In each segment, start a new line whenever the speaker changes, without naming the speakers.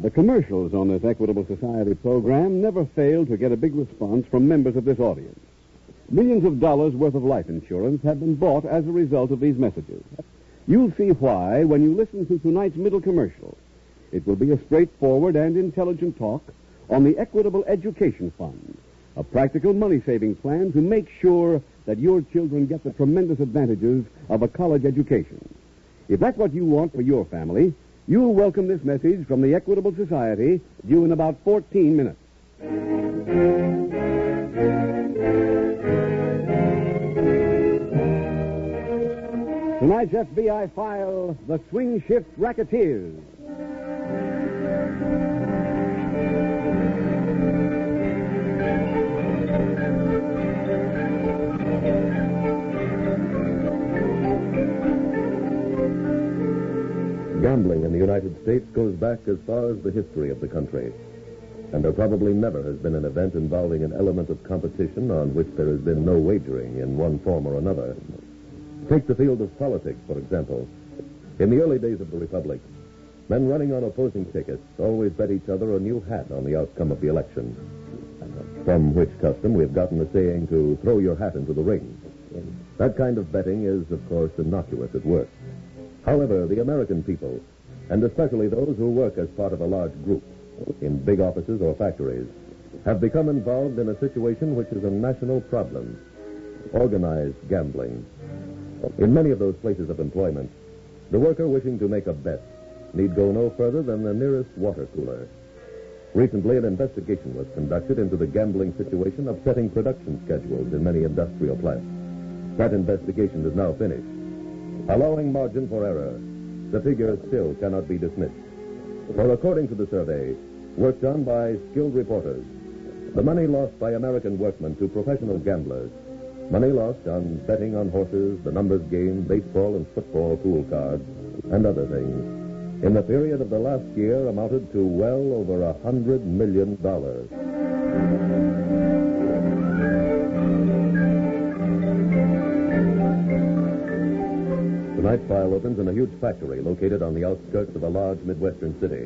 The commercials on this Equitable Society program never fail to get a big response from members of this audience. Millions of dollars worth of life insurance have been bought as a result of these messages. You'll see why when you listen to tonight's middle commercial. It will be a straightforward and intelligent talk on the Equitable Education Fund, a practical money saving plan to make sure that your children get the tremendous advantages of a college education. If that's what you want for your family, you'll welcome this message from the Equitable Society due in about 14 minutes. Tonight's FBI file The Swing Shift Racketeers.
Gambling in the United States goes back as far as the history of the country. And there probably never has been an event involving an element of competition on which there has been no wagering in one form or another. Take the field of politics, for example. In the early days of the Republic, men running on opposing tickets always bet each other a new hat on the outcome of the election. From which custom we've gotten the saying to throw your hat into the ring. That kind of betting is, of course, innocuous at worst. However, the American people, and especially those who work as part of a large group in big offices or factories, have become involved in a situation which is a national problem organized gambling. In many of those places of employment, the worker wishing to make a bet need go no further than the nearest water cooler. Recently, an investigation was conducted into the gambling situation upsetting production schedules in many industrial plants. That investigation is now finished. Allowing margin for error, the figure still cannot be dismissed. For according to the survey, work done by skilled reporters, the money lost by American workmen to professional gamblers, money lost on betting on horses, the numbers game, baseball and football pool cards, and other things, in the period of the last year amounted to well over a hundred million dollars. Tonight's file opens in a huge factory located on the outskirts of a large Midwestern city.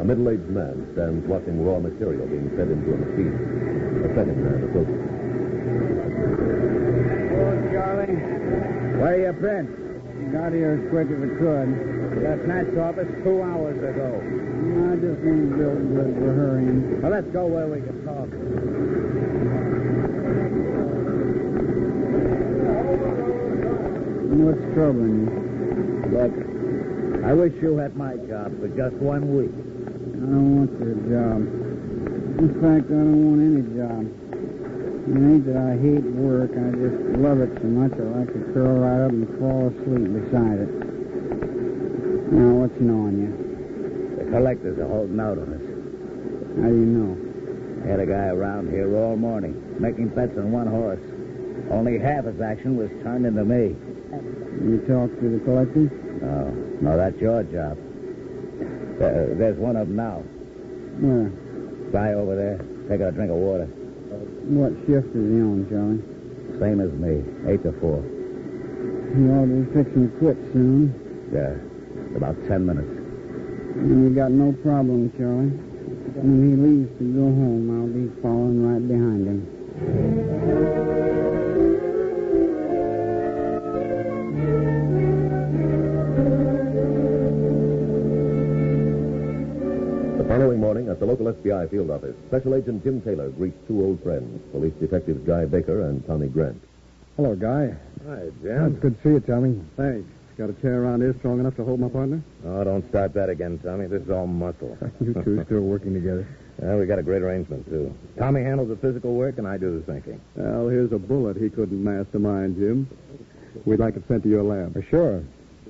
A middle aged man stands watching raw material being fed into a machine. A second man approaches.
Oh, Charlie. Where you been? Got here as quick as I could. Left night's office two hours ago. I just ain't real good for hurrying. Well, let's go where we can talk. What's troubling you? Look, I wish you had my job for just one week. I don't want your job. In fact, I don't want any job. It ain't that I hate work. I just love it so much I like to curl right up and fall asleep beside it. Now, what's gnawing you?
The collectors are holding out on us.
How do you know?
I had a guy around here all morning making bets on one horse. Only half his action was turned into me.
You talk to the collectors?
No, no, that's your job. Uh, there's one of them now.
Where?
Guy over there, taking a drink of water.
What shift is he on, Charlie?
Same as me, eight to four.
He ought to be fixing to quit soon.
Yeah, about ten minutes.
And you got no problem, Charlie. When he leaves to go home, I'll be following right behind him.
The following morning, at the local FBI field office, Special Agent Jim Taylor greets two old friends, police detectives Guy Baker and Tommy Grant.
Hello, Guy.
Hi,
It's
Jim.
good to see you, Tommy.
Thanks. Got a chair around here strong enough to hold my partner?
Oh, don't start that again, Tommy. This is all muscle.
You two still working together.
Well, we got a great arrangement, too. Tommy handles the physical work, and I do the thinking.
Well, here's a bullet he couldn't mastermind, Jim.
We'd like it sent to your lab.
Uh, Sure.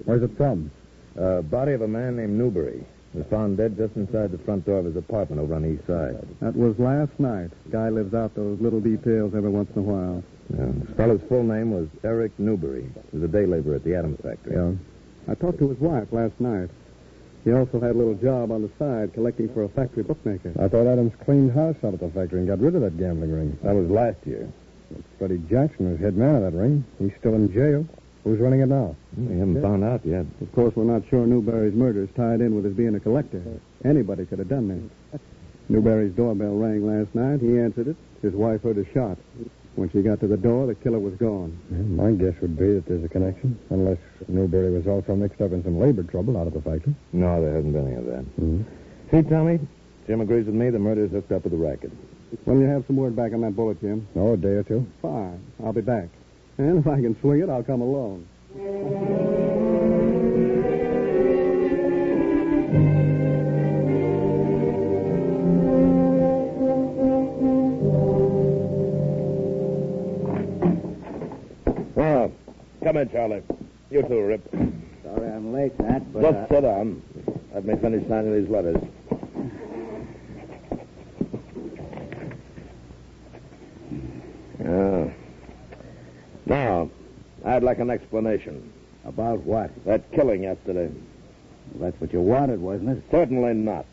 Where's it from?
Uh, body of a man named Newberry was found dead just inside the front door of his apartment over on the east side.
That was last night. Guy lives out those little details every once in a while.
Yeah. This fellow's full name was Eric Newberry. He was a day laborer at the Adams factory.
Yeah. I talked to his wife last night. He also had a little job on the side collecting for a factory bookmaker.
I thought Adams cleaned house out at the factory and got rid of that gambling ring.
That was last year.
Freddie Jackson was head man of that ring. He's still in jail. Who's running it now?
We haven't found out yet.
Of course, we're not sure Newberry's murder is tied in with his being a collector. Anybody could have done that. Newberry's doorbell rang last night. He answered it. His wife heard a shot. When she got to the door, the killer was gone.
My guess would be that there's a connection, unless Newberry was also mixed up in some labor trouble out of the factory.
No, there hasn't been any of that.
Mhm.
See, Tommy, Jim agrees with me. The murder's hooked up with the racket.
When you have some word back on that bullet, Jim,
Oh, a day or two.
fine. I'll be back. And if I can swing it, I'll come along.
Well, come in, Charlie. You too, Rip.
Sorry I'm late, Nat, but. uh,
Just sit down. Let me finish signing these letters. Yeah. Now, I'd like an explanation.
About what?
That killing yesterday.
Well, that's what you wanted, wasn't it?
Certainly not.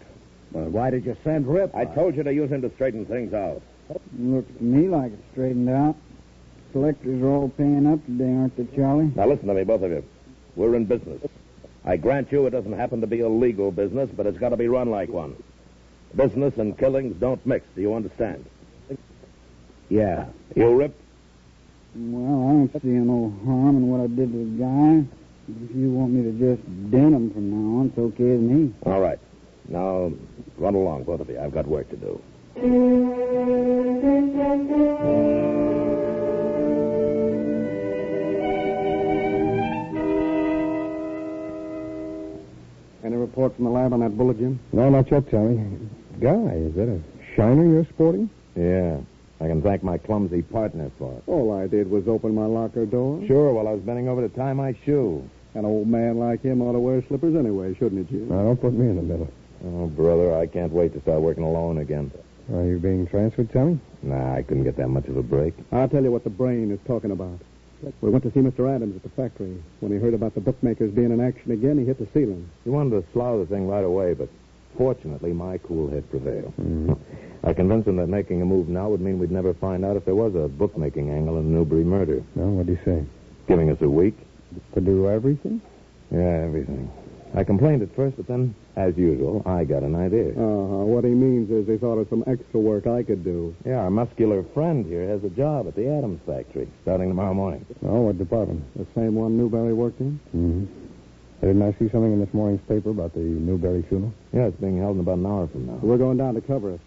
Well, why did you send Rip?
I told you to use him to straighten things out.
Looks to me like it's straightened out. Collectors are all paying up today, aren't they, Charlie?
Now, listen to me, both of you. We're in business. I grant you it doesn't happen to be a legal business, but it's got to be run like one. Business and killings don't mix. Do you understand?
Yeah.
You, Rip?
Well, I don't see no harm in what I did to the guy. If you want me to just dent him from now on, it's okay with me.
All right. Now, run along, both of you. I've got work to do.
Any report from the lab on that bullet, Jim?
No, not yet, Tommy. Guy, is that a shiner you're sporting?
Yeah. I can thank my clumsy partner for it.
All I did was open my locker door.
Sure, while I was bending over to tie my shoe.
An old man like him ought to wear slippers anyway, shouldn't he, Jim?
Now, don't put me in the middle.
Oh, brother, I can't wait to start working alone again.
Are you being transferred, Tommy?
Nah, I couldn't get that much of a break.
I'll tell you what the brain is talking about. We went to see Mr. Adams at the factory. When he heard about the bookmakers being in action again, he hit the ceiling.
You wanted to slough the thing right away, but fortunately, my cool head prevailed. I convinced him that making a move now would mean we'd never find out if there was a bookmaking angle in the Newbury murder.
No, what do you say?
Giving us a week?
To do everything?
Yeah, everything. I complained at first, but then, as usual, I got an idea.
Uh-huh. What he means is he thought of some extra work I could do.
Yeah, our muscular friend here has a job at the Adams factory starting tomorrow morning.
No, what department?
The same one Newberry worked in?
Mm-hmm. Didn't I see something in this morning's paper about the Newberry funeral?
Yeah, it's being held in about an hour from now.
We're going down to cover it.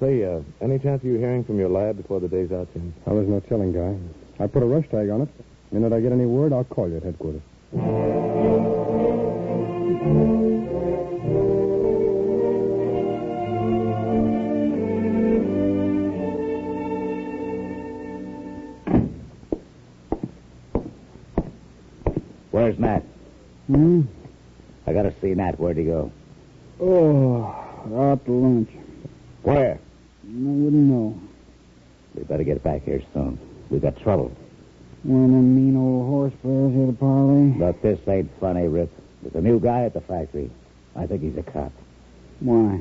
Say, uh, any chance of you hearing from your lab before the day's out, Jim?
Well, there's no telling, Guy. I put a rush tag on it. The minute I get any word, I'll call you at headquarters.
Where's Nat?
Hmm?
I gotta see Nat. Where'd he go?
Oh, out to lunch.
Where?
I wouldn't know.
We better get back here soon. We got trouble.
One of them mean old horse players here to parley.
Look, this ain't funny, Rip. There's a new guy at the factory. I think he's a cop.
Why?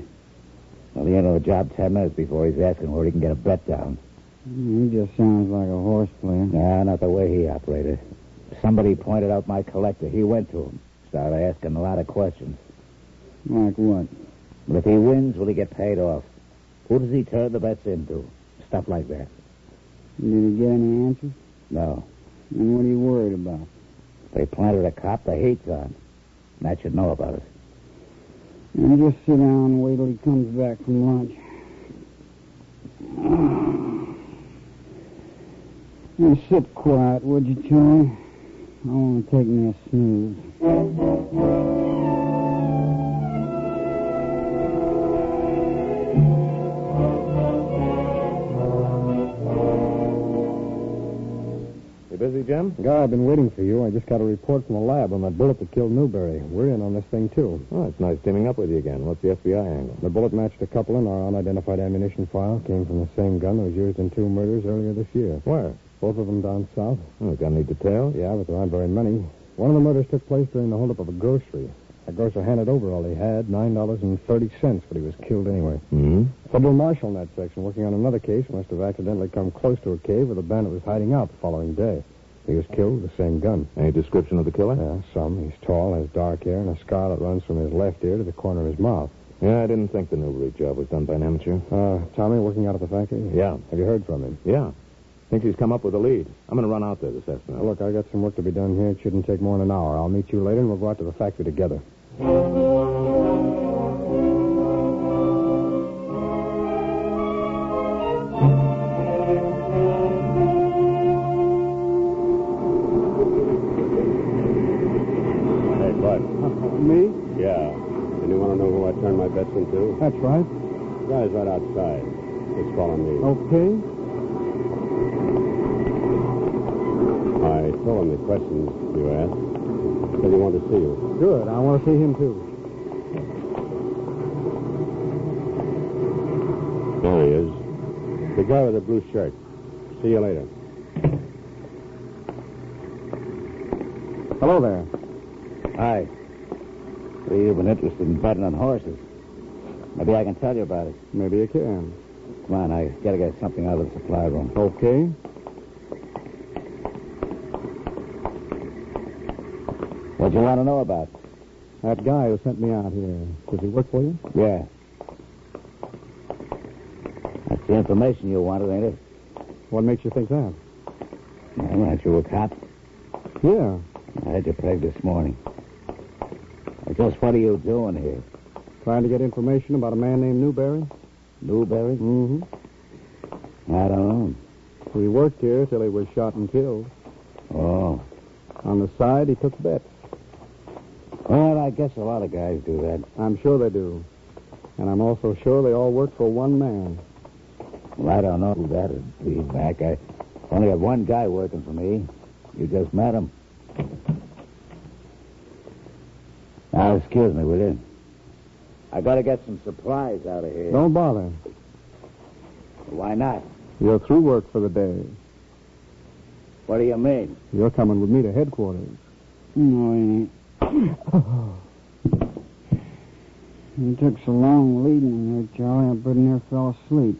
Well, he ain't on the job ten minutes before he's asking where he can get a bet down.
He just sounds like a horse player.
Nah, not the way he operated. Somebody pointed out my collector. He went to him. Started asking a lot of questions.
Like what?
But if he wins, will he get paid off? Who does he turn the bets into? Stuff like that.
Did he get any answers?
No.
And what are you worried about?
They planted a cop the hate's on. Matt should know about it.
And just sit down and wait till he comes back from lunch. You sit quiet, would you, Charlie? I want to take me a snooze.
We
busy, Jim?
Guy, I've been waiting for you. I just got a report from the lab on that bullet that killed Newberry. We're in on this thing, too.
Oh, it's nice teaming up with you again. What's the FBI angle?
The bullet matched a couple in our unidentified ammunition file. Came from the same gun that was used in two murders earlier this year.
Where?
Both of them down south.
Oh, got any detail?
Yeah, but there aren't very many. One of the murders took place during the holdup of a grocery. The grocer handed over all he had, $9.30, but he was killed anyway.
Hmm?
Federal marshal in that section, working on another case, must have accidentally come close to a cave where the bandit was hiding out the following day. He was killed with the same gun.
Any description of the killer?
Yeah, some. He's tall, has dark hair, and a scar that runs from his left ear to the corner of his mouth.
Yeah, I didn't think the Newbury job was done by an amateur.
Uh, Tommy working out at the factory?
Yeah.
Have you heard from him?
Yeah. Think she's come up with a lead. I'm going to run out there this afternoon.
Now, look, I got some work to be done here. It shouldn't take more than an hour. I'll meet you later, and we'll go out to the factory together.
Hey, Bud.
Me?
Yeah. And you want to know who I turned my bets into?
That's right.
The guy's right outside. Just follow me.
Oh.
Okay.
I told him the questions you asked. Said he wanted to see you.
Good. I want to see him, too.
There he is. The guy with the blue shirt. See you later.
Hello there.
Hi. See, you've been interested in betting on horses. Maybe I can tell you about it.
Maybe you can.
Come on, I gotta get something out of the supply room.
Okay.
What do you want to know about?
That guy who sent me out here, does he work for you?
Yeah. That's the information you wanted, ain't it?
What makes you think that?
Well, aren't you a cop?
Yeah.
I had you pegged this morning. Now, Just what are you doing here?
Trying to get information about a man named Newberry?
Newberry?
Mm-hmm.
I don't
He worked here till he was shot and killed.
know. Oh.
On the side, he took bets.
Well, I guess a lot of guys do that.
I'm sure they do. And I'm also sure they all work for one man.
Well, I don't know who that'd be, Mac. I only have one guy working for me. You just met him. Now, excuse me, will you? I gotta get some supplies out of here.
Don't bother.
Why not?
You're through work for the day.
What do you mean?
You're coming with me to headquarters.
No, he ain't. You took so long leading him there, Charlie, I pretty near fell asleep.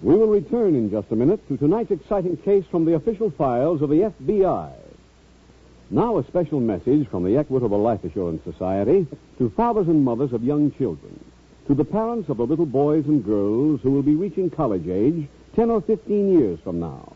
We will return in just a minute to tonight's exciting case from the official files of the FBI. Now, a special message from the Equitable Life Assurance Society to fathers and mothers of young children, to the parents of the little boys and girls who will be reaching college age 10 or 15 years from now.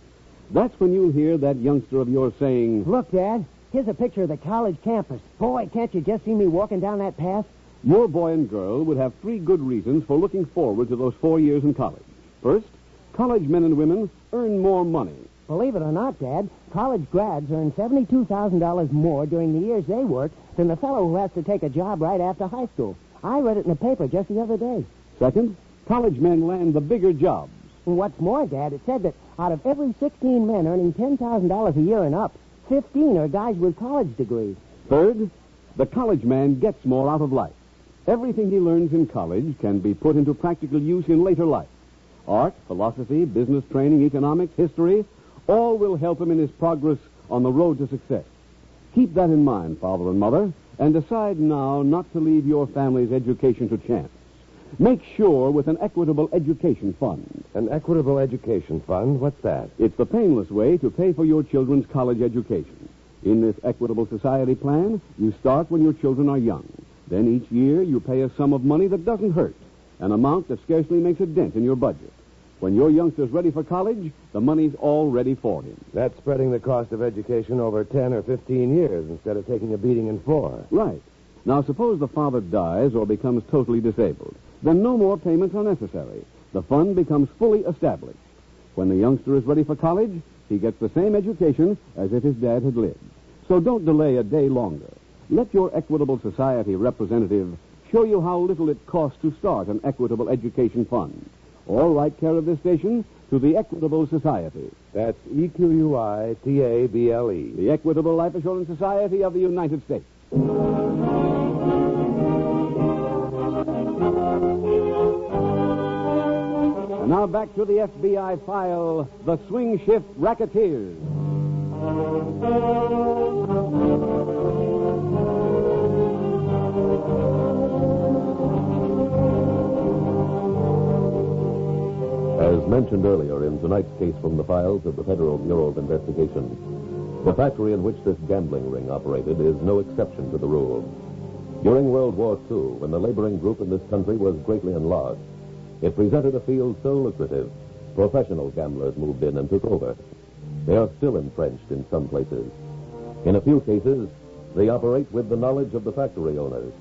That's when you'll hear that youngster of yours saying,
Look, Dad, here's a picture of the college campus. Boy, can't you just see me walking down that path?
Your boy and girl would have three good reasons for looking forward to those four years in college. First, college men and women earn more money.
Believe it or not, Dad, college grads earn $72,000 more during the years they work than the fellow who has to take a job right after high school. I read it in the paper just the other day.
Second, college men land the bigger jobs.
And what's more, Dad, it said that out of every 16 men earning $10,000 a year and up, 15 are guys with college degrees.
Third, the college man gets more out of life. Everything he learns in college can be put into practical use in later life. Art, philosophy, business training, economics, history, all will help him in his progress on the road to success. Keep that in mind, father and mother, and decide now not to leave your family's education to chance. Make sure with an equitable education fund.
An equitable education fund? What's that?
It's the painless way to pay for your children's college education. In this Equitable Society plan, you start when your children are young. Then each year you pay a sum of money that doesn't hurt, an amount that scarcely makes a dent in your budget. When your youngster's ready for college, the money's all ready for him.
That's spreading the cost of education over 10 or 15 years instead of taking a beating in four.
Right. Now, suppose the father dies or becomes totally disabled. Then no more payments are necessary. The fund becomes fully established. When the youngster is ready for college, he gets the same education as if his dad had lived. So don't delay a day longer. Let your Equitable Society representative show you how little it costs to start an Equitable Education Fund. All right care of this station to the Equitable Society,
That's E Q U I T A B L E.
the Equitable Life Assurance Society of the United States. And now back to the FBI file, The Swing Shift Racketeers.
As mentioned earlier in tonight's case from the files of the Federal Bureau of Investigation, the factory in which this gambling ring operated is no exception to the rule. During World War II, when the laboring group in this country was greatly enlarged, it presented a field so lucrative, professional gamblers moved in and took over. They are still entrenched in some places. In a few cases, they operate with the knowledge of the factory owners,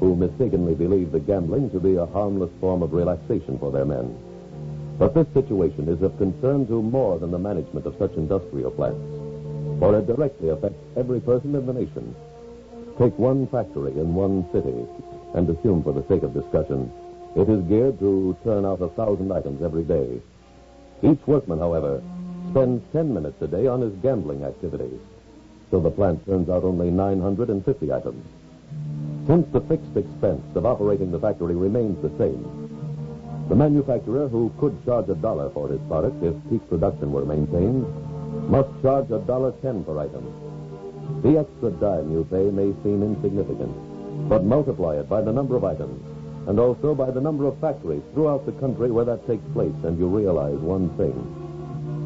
who mistakenly believe the gambling to be a harmless form of relaxation for their men. But this situation is of concern to more than the management of such industrial plants, for it directly affects every person in the nation. Take one factory in one city, and assume for the sake of discussion, it is geared to turn out a thousand items every day. Each workman, however, spends ten minutes a day on his gambling activities, so the plant turns out only 950 items. Since the fixed expense of operating the factory remains the same, the manufacturer who could charge a dollar for his product if peak production were maintained must charge a dollar ten per item. The extra dime you pay may seem insignificant, but multiply it by the number of items and also by the number of factories throughout the country where that takes place, and you realize one thing.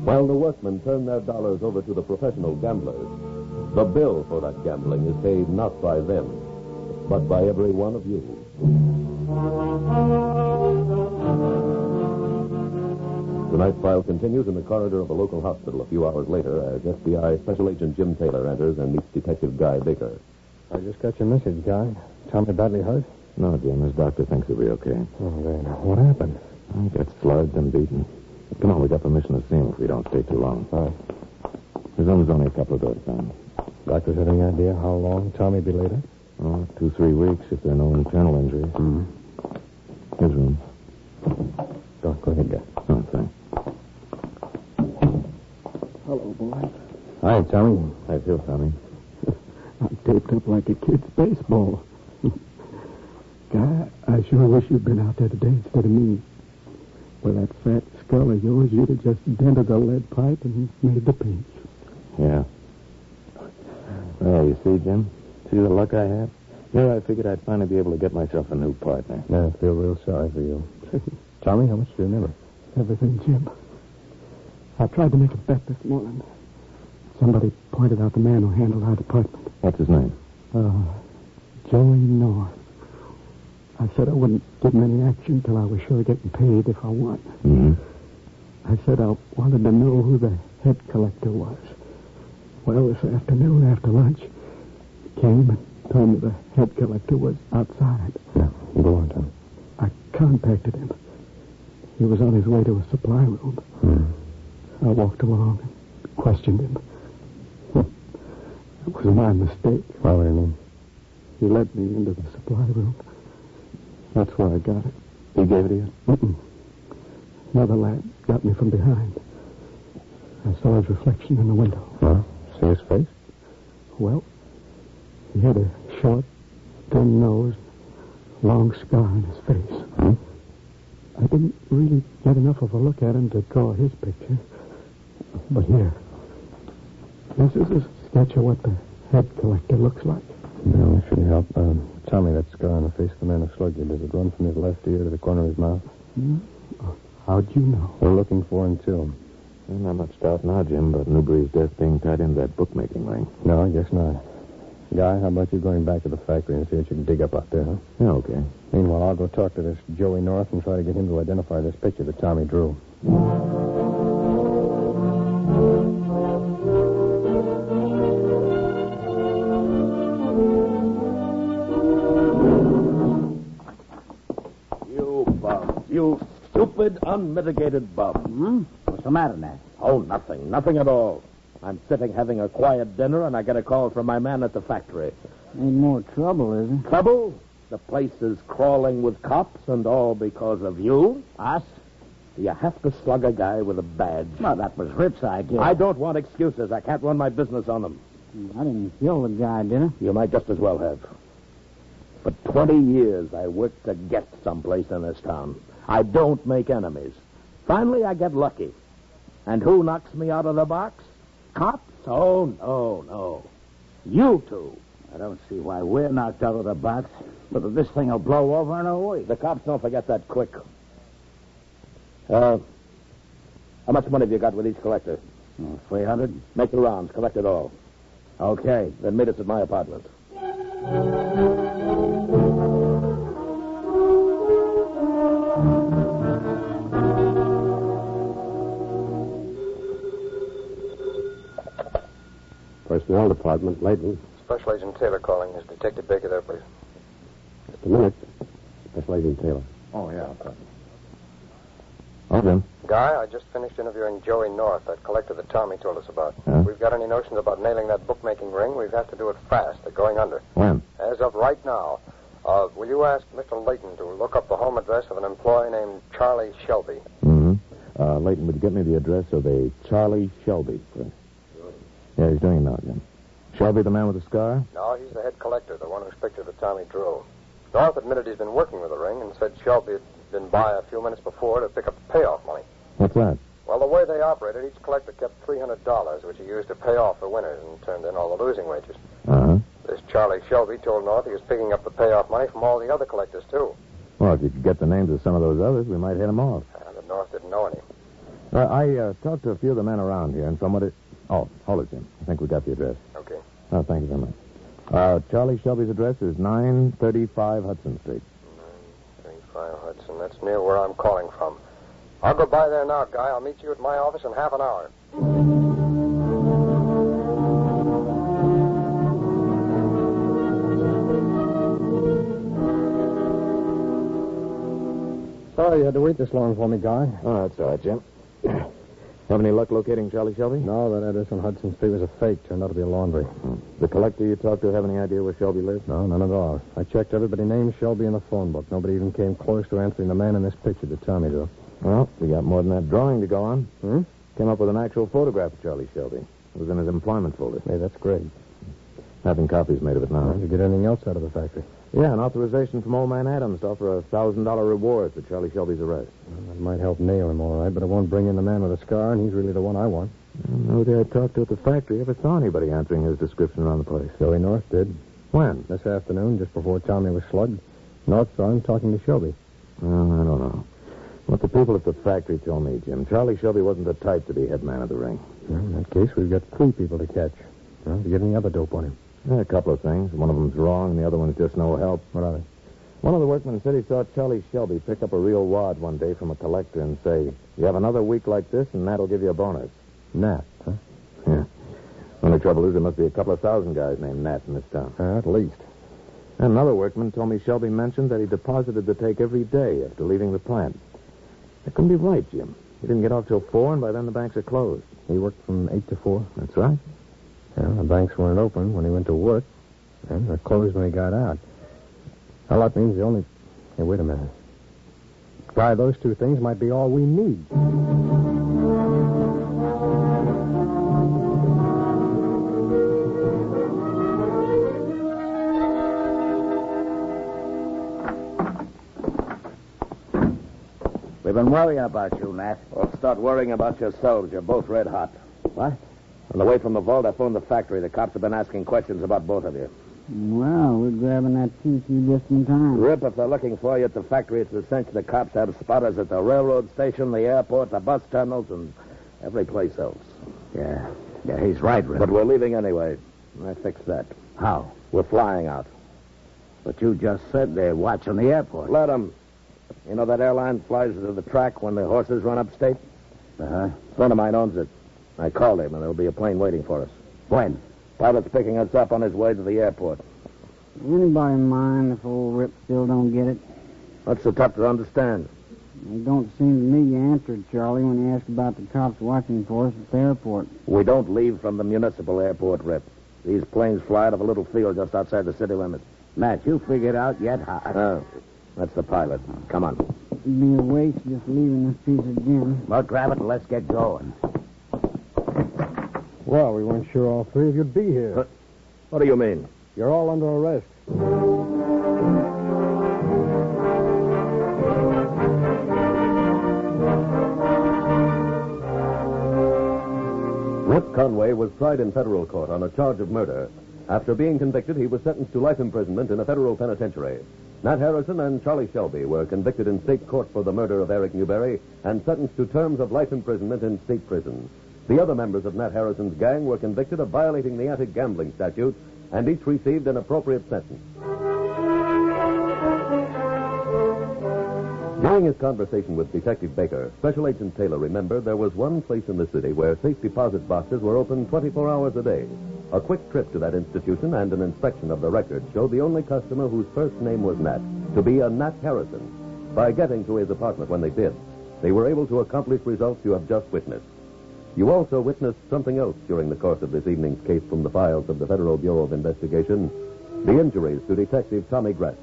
While the workmen turn their dollars over to the professional gamblers, the bill for that gambling is paid not by them, but by every one of you. Tonight's file continues in the corridor of a local hospital a few hours later as FBI Special Agent Jim Taylor enters and meets Detective Guy Baker.
I just got your message, Guy. Tommy badly hurt?
No, Jim, his doctor thinks he'll be okay.
Oh, then. What happened?
I got slugged and beaten. Come on, we got permission to see him if we don't stay too long.
All right.
His room's only a couple of doors down.
Doctors had any idea how long Tommy be later?
Oh, two, three weeks if there are no internal injuries. Mm-hmm. His room.
Mm-hmm. Doc, go ahead, Guy.
Oh, thanks.
Hello, boy.
Hi, Tommy. I feel, Tommy.
I'm taped up like a kid's baseball. Guy, I sure wish you'd been out there today instead of me. With that fat skull of yours, you'd have just dented the lead pipe and made the pinch.
Yeah. Well, you see, Jim, see the luck I have? Yeah, I figured I'd finally be able to get myself a new partner.
Yeah, I feel real sorry for you. Tommy, how much do you remember?
Everything, Jim. I tried to make a bet this morning. Somebody pointed out the man who handled our department.
What's his name?
Uh, Joey North. I said I wouldn't give him any action till I was sure of getting paid if I won.
Mm-hmm.
I said I wanted to know who the head collector was. Well, this afternoon after lunch, he came and told me the head collector was outside.
Yeah, go on, Tommy.
I contacted him. He was on his way to a supply room. I walked along and questioned him. It was my mistake.
Why, what do you mean?
He led me into the supply room. That's where I got it.
He gave it to you?
Mm-mm. Another lad got me from behind. I saw his reflection in the window.
Well, see his face?
Well, he had a short, thin nose, long scar on his face.
Hmm?
I didn't really get enough of a look at him to draw his picture. But here, this is a sketch of what the head collector looks like.
No, it should help. Um, Tommy, that scar on the face of the man who slugged you, does it run from his left ear to the corner of his mouth?
Hmm? How'd you know?
We're looking for him, too.
Well, not much doubt now, Jim, but Newbury's death being tied into that bookmaking ring.
No, I guess not. Guy, how about you going back to the factory and see what you can dig up out there, huh?
Yeah, okay.
Meanwhile, I'll go talk to this Joey North and try to get him to identify this picture that Tommy drew.
You bum. You stupid, unmitigated bum.
Hmm?
I
What's the matter now?
Oh, nothing. Nothing at all. I'm sitting having a quiet dinner, and I get a call from my man at the factory.
Ain't more trouble, is it?
Trouble? The place is crawling with cops, and all because of you?
Us?
You have to slug a guy with a badge.
Well, that was Rip's idea.
I don't want excuses. I can't run my business on them.
I didn't kill the guy, did I?
You might just as well have. For 20 years, I worked to get someplace in this town. I don't make enemies. Finally, I get lucky. And who knocks me out of the box? Cops? Oh, no, no. You two.
I don't see why we're knocked out of the box. But this thing will blow over in a week.
The cops don't forget that quick. Uh, how much money have you got with each collector?
Oh, 300?
Make the rounds. Collect it all.
Okay.
Then meet us at my apartment.
Personnel Department, Layton.
Special Agent Taylor calling. Is Detective Baker there, please?
Just a minute. Special Agent Taylor.
Oh, yeah. Okay.
Oh, then.
Guy, I just finished interviewing Joey North, that collector that Tommy told us about.
Huh?
We've got any notions about nailing that bookmaking ring, we have to do it fast. They're going under.
When?
As of right now, uh, will you ask Mr. Layton to look up the home address of an employee named Charlie Shelby?
Mm-hmm. Uh, Leighton, would you get me the address of a Charlie Shelby, please? Yeah, he's doing it now, Jim. Shelby, the man with the scar?
No, he's the head collector, the one whose picture that Tommy drew. North admitted he's been working with the ring and said Shelby had been by a few minutes before to pick up payoff money.
What's that?
Well, the way they operated, each collector kept $300, which he used to pay off the winners and turned in all the losing wages.
Uh-huh.
This Charlie Shelby told North he was picking up the payoff money from all the other collectors, too.
Well, if you could get the names of some of those others, we might hit them off.
And that Ah, North didn't know any.
Uh, I uh, talked to a few of the men around here, and somebody... Oh, hold it, Jim. I think we got the address.
Okay.
Oh, thank you very much. Uh, Charlie Shelby's address is 935 Hudson Street.
935 Hudson. That's near where I'm calling from. I'll go by there now, Guy. I'll meet you at my office in half an hour.
Sorry Oh, you had to wait this long for me, Guy.
Oh, that's all right, Jim. Have any luck locating Charlie Shelby? Hmm.
No, that address on Hudson Street was a fake. Turned out to be a laundry.
The collector you talked to have any idea where Shelby lives?
No, none at all. I checked everybody named Shelby in the phone book. Nobody even came close to answering the man in this picture that Tommy drew.
Well, we got more than that drawing to go on.
Hmm?
Came up with an actual photograph of Charlie Shelby. It was in his employment folder.
Hey, that's great.
Having copies made of it now.
Did you get anything else out of the factory?
Yeah, an authorization from old man Adams to offer a thousand dollar reward for Charlie Shelby's arrest.
That might help nail him, all right, but it won't bring in the man with the scar, and he's really the one I want.
Nobody I talked to at the factory ever saw anybody answering his description around the place.
Joey North did.
When?
This afternoon, just before Tommy was slugged, North saw him talking to Shelby.
Oh, I don't know. What the people at the factory told me, Jim, Charlie Shelby wasn't the type to be head man of the ring.
Well, in that case, we've got three people to catch. Well, if you get any other dope on him,
Yeah, a couple of things. One of them's wrong, and the other one's just no help.
what are they?
One of the workmen said he saw Charlie Shelby pick up a real wad one day from a collector and say, You have another week like this, and that'll give you a bonus.
Nat, huh?
Yeah. Only trouble is there must be a couple of thousand guys named Nat in this town.
Uh, at least.
And another workman told me Shelby mentioned that he deposited the take every day after leaving the plant. That couldn't be right, Jim. He didn't get off till four, and by then the banks are closed.
He worked from 8 to 4.
That's right.
Well, the banks weren't open when he went to work, and they closed when he got out. Well, that means the only. Hey, wait a minute. Why, those two things might be all we need.
We've been worrying about you, Nat.
Well, Oh, start worrying about yourselves. You're both red hot.
What?
On the way from the vault, I phoned the factory. The cops have been asking questions about both of you.
Well, we're grabbing that TC just in time.
Rip, if they're looking for you at the factory, it's a cinch the cops have spotters at the railroad station, the airport, the bus terminals, and every place else.
Yeah. Yeah, he's right, Rip.
But we're leaving anyway. I fixed that.
how?
We're flying out.
But you just said they're watching the airport.
Let 'em. You know that airline flies to the track when the horses run upstate?
Uh-huh.
A friend of mine owns it. I called him, and there'll be a plane waiting for us.
When?
Pilot's picking us up on his way to the airport.
Anybody mind if old Rip still don't get it?
What's so tough to understand?
It don't seem to me you answered Charlie when you asked about the cops watching for us at the airport.
We don't leave from the municipal airport, Rip. These planes fly out of a little field just outside the city limits.
Matt, you figured out yet how.
Oh, that's the pilot. Come on.
It'd be a waste just leaving this piece of gin.
Well, grab it and let's get going.
Well, we weren't sure all three of you'd be here.
Huh? What do you mean?
You're all under arrest.
Rip Conway was tried in federal court on a charge of murder. After being convicted, he was sentenced to life imprisonment in a federal penitentiary. Nat Harrison and Charlie Shelby were convicted in state court for the murder of Eric Newberry and sentenced to terms of life imprisonment in state prison. The other members of Nat Harrison's gang were convicted of violating the anti-gambling statute and each received an appropriate sentence. During his conversation with Detective Baker, Special Agent Taylor remembered there was one place in the city where safe deposit boxes were open 24 hours a day. A quick trip to that institution and an inspection of the record showed the only customer whose first name was Nat to be a Nat Harrison. By getting to his apartment when they did, they were able to accomplish results you have just witnessed. You also witnessed something else during the course of this evening's case from the files of the Federal Bureau of Investigation the injuries to Detective Tommy Gratz.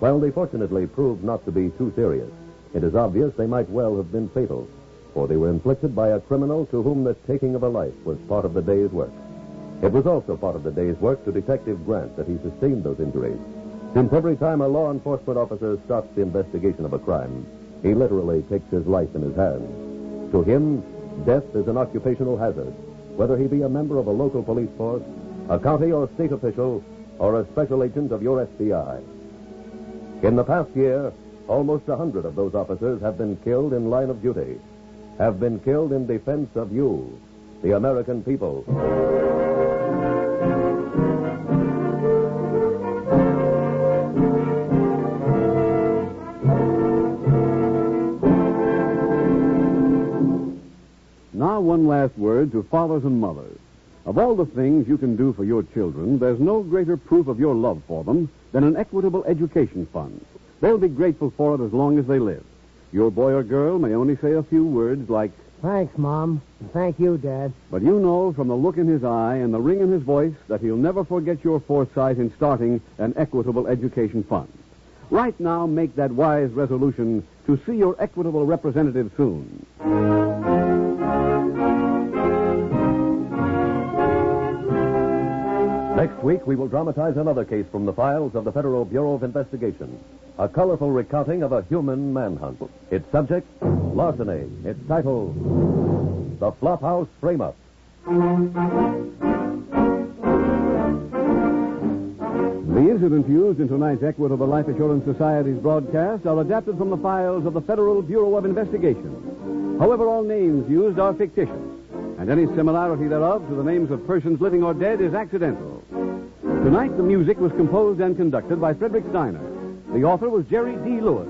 While they fortunately proved not to be too serious, it is obvious they might well have been fatal, for they were inflicted by a criminal to whom the taking of a life was part of the day's work. It was also part of the day's work to Detective Grant that he sustained those injuries, since every time a law enforcement officer stops the investigation of a crime, he literally takes his life in his hands. To him, death is an occupational hazard, whether he be a member of a local police force, a county or state official, or a special agent of your FBI. In the past year, almost a hundred of those officers have been killed in line of duty, have been killed in defense of you, the American people.
Now, one last word to fathers and mothers. Of all the things you can do for your children, there's no greater proof of your love for them than an equitable education fund. They'll be grateful for it as long as they live. Your boy or girl may only say a few words like,
Thanks, Mom. Thank you, Dad.
but you know from the look in his eye and the ring in his voice that he'll never forget your foresight in starting an equitable education fund. Right now, make that wise resolution to see your equitable representative soon.
Next week, we will dramatize another case from the files of the Federal Bureau of Investigation. A colorful recounting of a human manhunt. Its subject, larceny. Its title, The Flophouse Frame Up.
The incidents used in tonight's Equitable Life Assurance Society's broadcast are adapted from the files of the Federal Bureau of Investigation. However, all names used are fictitious, and any similarity thereof to the names of persons living or dead is accidental. Tonight, the music was composed and conducted by Frederick Steiner. The author was Jerry D. Lewis.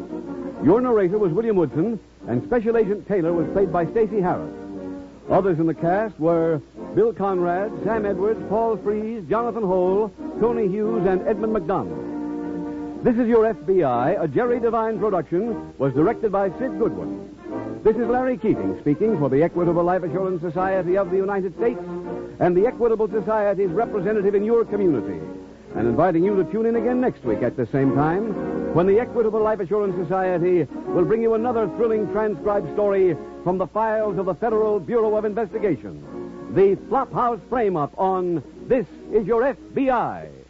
Your narrator was William Woodson, and Special Agent Taylor was played by Stacey Harris. Others in the cast were Bill Conrad, Sam Edwards, Paul Fries, Jonathan Hole, Tony Hughes, and Edmund McDonald. This is Your FBI, a Jerry Devine production, was directed by Sid Goodwin. This is Larry Keating speaking for the Equitable Life Assurance Society of the United States and the Equitable Society's representative in your community, and inviting you to tune in again next week at the same time when the Equitable Life Assurance Society will bring you another thrilling transcribed story from the files of the Federal Bureau of Investigation. The Flophouse Frame Up on This Is Your FBI.